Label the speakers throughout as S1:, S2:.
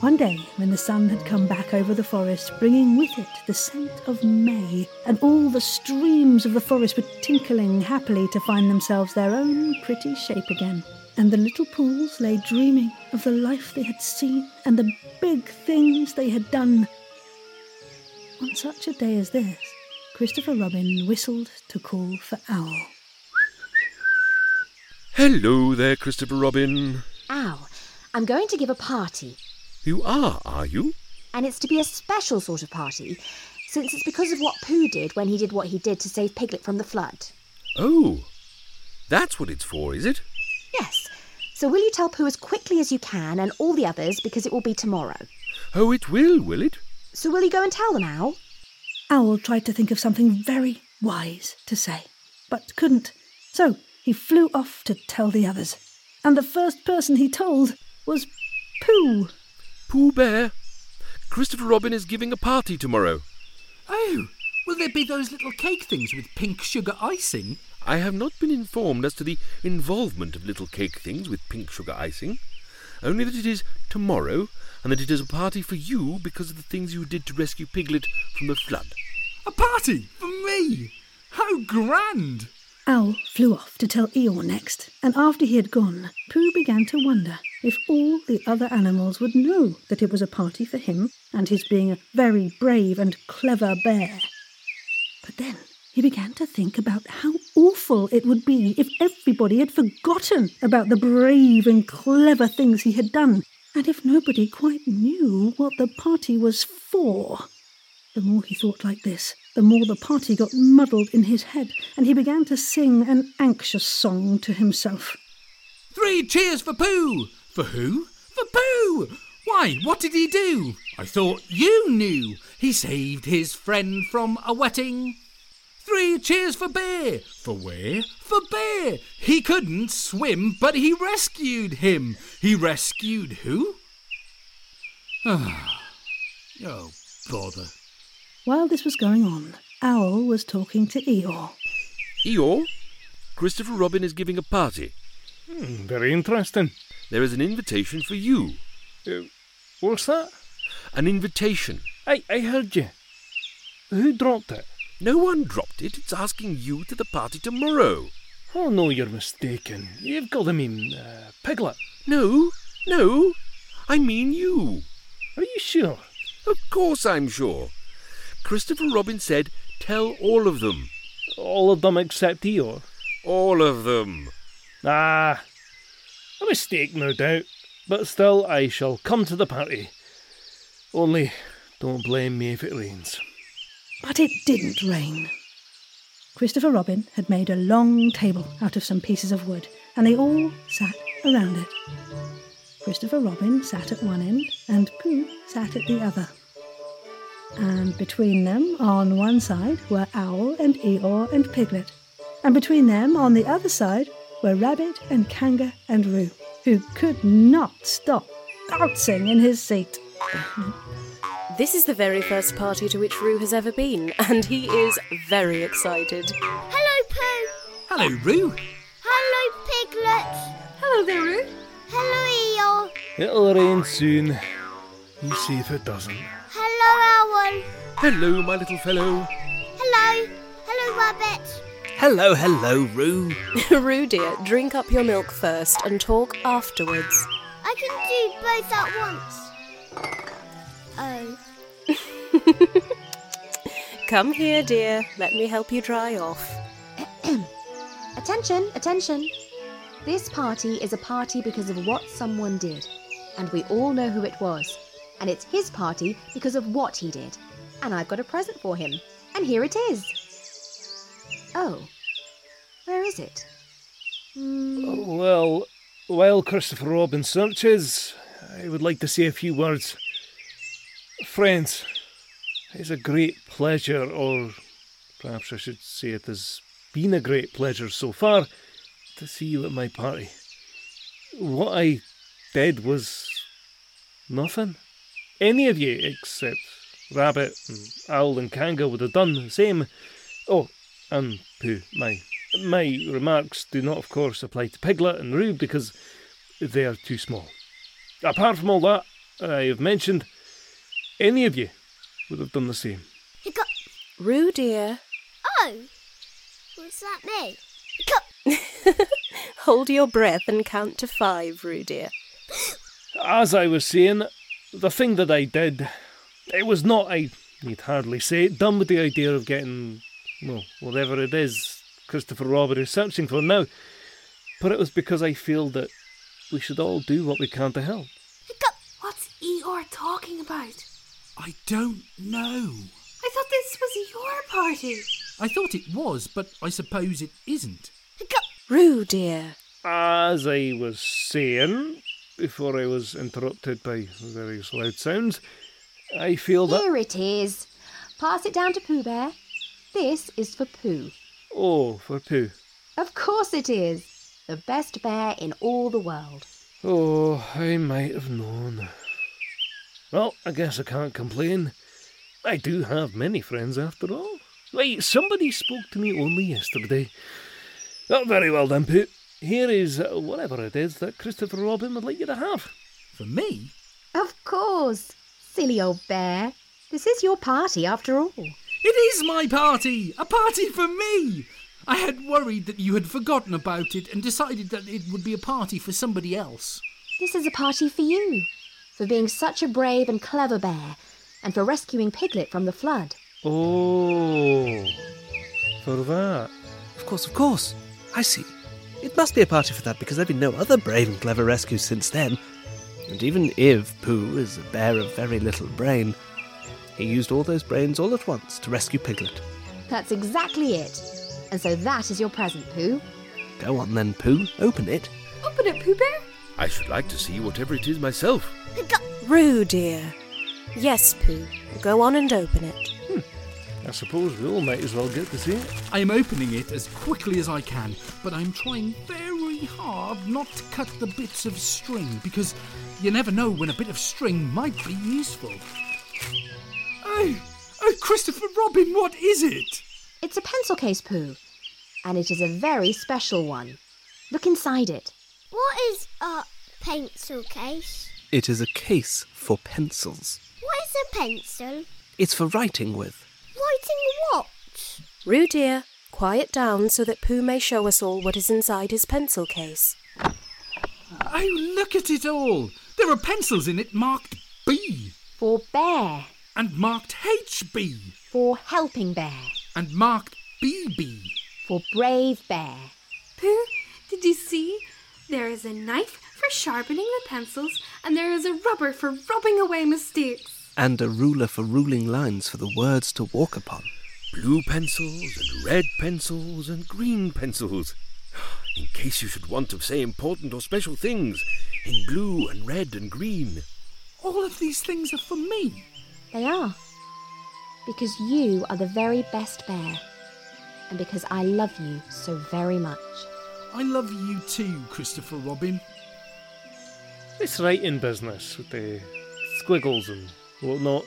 S1: One day, when the sun had come back over the forest, bringing with it the scent of May, and all the streams of the forest were tinkling happily to find themselves their own pretty shape again, and the little pools lay dreaming of the life they had seen and the big things they had done. On such a day as this, Christopher Robin whistled to call for Owl.
S2: Hello there, Christopher Robin.
S3: Ow, I'm going to give a party,
S2: You are, are you?
S3: and it's to be a special sort of party, since it's because of what Pooh did when he did what he did to save Piglet from the flood.
S2: Oh, that's what it's for, is it?
S3: Yes, so will you tell Pooh as quickly as you can and all the others because it will be tomorrow.
S2: Oh, it will, will it?
S3: So will you go and tell them, Owl?
S1: Owl tried to think of something very wise to say, but couldn't. So he flew off to tell the others. And the first person he told was Pooh.
S2: Pooh Bear. Christopher Robin is giving a party tomorrow.
S4: Oh, will there be those little cake things with pink sugar icing?
S2: I have not been informed as to the involvement of little cake things with pink sugar icing, only that it is tomorrow, and that it is a party for you because of the things you did to rescue Piglet from the flood.
S4: A party for me? How grand!
S1: Owl flew off to tell Eeyore next, and after he had gone, Pooh began to wonder if all the other animals would know that it was a party for him and his being a very brave and clever bear. But then he began to think about how awful it would be if everybody had forgotten about the brave and clever things he had done, and if nobody quite knew what the party was for. The more he thought like this, the more the party got muddled in his head, and he began to sing an anxious song to himself.
S4: Three cheers for Pooh! For who? For Pooh! Why, what did he do? I thought you knew. He saved his friend from a wetting. Three cheers for Bear! For where? For Bear! He couldn't swim, but he rescued him. He rescued who? Ah, oh, bother.
S1: While this was going on, Owl was talking to Eeyore.
S2: Eeyore, Christopher Robin is giving a party.
S5: Hmm, very interesting.
S2: There is an invitation for you.
S5: Uh, what's that?
S2: An invitation.
S5: I, I heard you. Who dropped it?
S2: No one dropped it. It's asking you to the party tomorrow.
S5: Oh no, you're mistaken. You've got to mean uh, Piglet.
S2: No, no. I mean you.
S5: Are you sure?
S2: Of course I'm sure. Christopher Robin said, tell all of them.
S5: All of them except Eeyore.
S2: All of them.
S5: Ah, a mistake, no doubt. But still, I shall come to the party. Only, don't blame me if it rains.
S1: But it didn't rain. Christopher Robin had made a long table out of some pieces of wood, and they all sat around it. Christopher Robin sat at one end, and Pooh sat at the other. And between them, on one side, were Owl and Eeyore and Piglet. And between them, on the other side, were Rabbit and Kanga and Roo, who could not stop bouncing in his seat.
S6: This is the very first party to which Roo has ever been, and he is very excited.
S7: Hello, Pooh.
S4: Hello, Roo.
S7: Hello, Piglet.
S6: Hello there, Roo.
S7: Hello, Eeyore.
S5: It'll rain soon. You see if it doesn't.
S7: Hello, Owl.
S2: Hello, my little fellow.
S7: Hello. Hello, Rabbit.
S4: Hello, hello, Roo.
S6: Roo, dear, drink up your milk first and talk afterwards.
S7: I can do both at once. Oh.
S6: Come here, dear. Let me help you dry off.
S3: Attention, attention. This party is a party because of what someone did. And we all know who it was. And it's his party because of what he did. And I've got a present for him. And here it is. Oh. Where is it?
S5: Well, while Christopher Robin searches, I would like to say a few words. Friends, it's a great pleasure, or perhaps I should say it has been a great pleasure so far, to see you at my party. What I did was nothing. Any of you except Rabbit and Owl and Kanga would have done the same. Oh, and poo. My my remarks do not, of course, apply to Piglet and Roo because they are too small. Apart from all that, I have mentioned, any of you would have done the same.
S7: Hiccup.
S6: Rue, dear,
S7: Oh! Was that me? Hiccup.
S6: hold your breath and count to five, Rue, dear.
S5: As I was saying, the thing that I did, it was not, I need hardly say, it, done with the idea of getting, well, whatever it is Christopher Robert is searching for now, but it was because I feel that we should all do what we can to help.
S7: Hiccup.
S8: What's Eeyore talking about?
S4: I don't know.
S8: I thought this was your party.
S4: I thought it was, but I suppose it isn't.
S7: Hiccup.
S6: Rue, dear.
S5: As I was saying, before I was interrupted by various loud sounds, I feel that.
S3: Here it is. Pass it down to Pooh Bear. This is for Pooh.
S5: Oh, for poo.
S3: Of course it is. The best bear in all the world.
S5: Oh, I might have known. Well, I guess I can't complain. I do have many friends after all. Wait, somebody spoke to me only yesterday. Oh, very well then, Pooh. Here is uh, whatever it is that Christopher Robin would like you to have.
S4: For me,
S3: Of course. Silly old bear. This is your party after all.
S4: it is my party! A party for me! I had worried that you had forgotten about it and decided that it would be a party for somebody else.
S3: This is a party for you. For being such a brave and clever bear. And for rescuing Piglet from the flood.
S5: Oh, for that.
S9: Of course, of course. I see. It must be a party for that because there've been no other brave and clever rescues since then. And even if Pooh is a bear of very little brain, he used all those brains all at once to rescue Piglet.
S3: That's exactly it. And so that is your present, Pooh.
S9: Go on then, Pooh, open it.
S8: Open it, Pooh Bear.
S2: I should like to see whatever it is myself.
S7: Hiccup.
S6: Rue, dear. Yes, Pooh. Go on and open it.
S5: I suppose we all might as well get to see it.
S4: I am opening it as quickly as I can, but I'm trying very hard not to cut the bits of string because you never know when a bit of string might be useful. Oh, oh, Christopher Robin, what is it?
S3: It's a pencil case, Pooh. And it is a very special one. Look inside it.
S7: What is a pencil case?
S9: It is a case for pencils.
S7: What is a pencil?
S9: It's for writing with.
S7: Writing what?
S6: Rue, dear. Quiet down so that Pooh may show us all what is inside his pencil case.
S4: Oh, look at it all! There are pencils in it marked B,
S3: For bear.
S4: and marked HB,
S3: For helping bear.
S4: and marked BB.
S3: For brave bear.
S8: Pooh, did you see? There is a knife for sharpening the pencils, and there is a rubber for rubbing away mistakes.
S9: And a ruler for ruling lines for the words to walk upon.
S2: Blue pencils and red pencils and green pencils. In case you should want to say important or special things in blue and red and green.
S4: All of these things are for me.
S3: They are. Because you are the very best bear. And because I love you so very much.
S4: I love you too, Christopher Robin.
S5: This writing business with the squiggles and whatnot.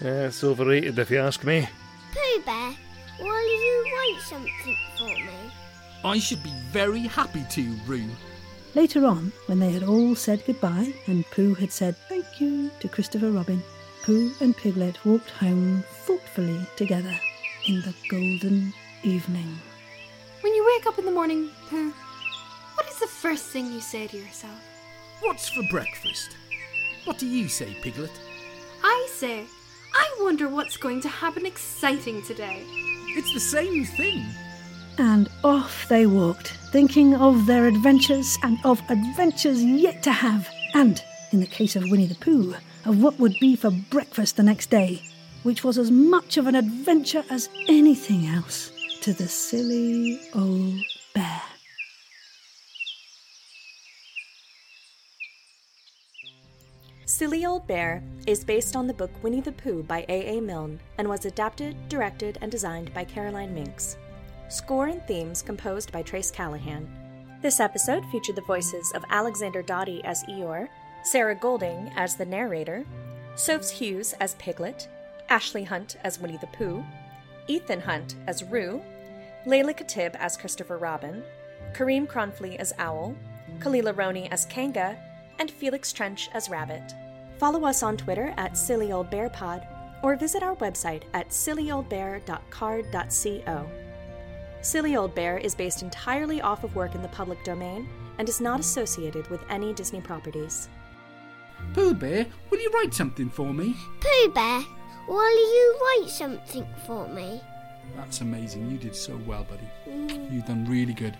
S5: Yeah, it's overrated if you ask me.
S7: Pooh Bear, will you write something for me?
S4: I should be very happy to, Roo.
S1: Later on, when they had all said goodbye and Pooh had said thank you to Christopher Robin, Pooh and Piglet walked home thoughtfully together in the golden evening.
S8: When you wake up in the morning, Pooh, what is the first thing you say to yourself?
S4: What's for breakfast? What do you say, Piglet?
S8: I say, I wonder what's going to happen exciting today.
S4: It's the same thing.
S1: And off they walked, thinking of their adventures and of adventures yet to have, and, in the case of Winnie the Pooh, of what would be for breakfast the next day, which was as much of an adventure as anything else to the silly old bear.
S6: Silly Old Bear is based on the book Winnie the Pooh by A. A. Milne and was adapted, directed, and designed by Caroline Minks. Score and themes composed by Trace Callahan. This episode featured the voices of Alexander Dottie as Eeyore, Sarah Golding as the narrator, Sophes Hughes as Piglet, Ashley Hunt as Winnie the Pooh, Ethan Hunt as Roo, Layla Khatib as Christopher Robin, Kareem Cronfley as Owl, Kalila Roney as Kanga, and Felix Trench as Rabbit. Follow us on Twitter at sillyoldbearpod or visit our website at sillyoldbear.card.co. Silly Old Bear is based entirely off of work in the public domain and is not associated with any Disney properties.
S4: Pooh Bear, will you write something for me?
S7: Pooh Bear, will you write something for me?
S4: That's amazing. You did so well, buddy.
S7: Mm.
S4: You've done really good.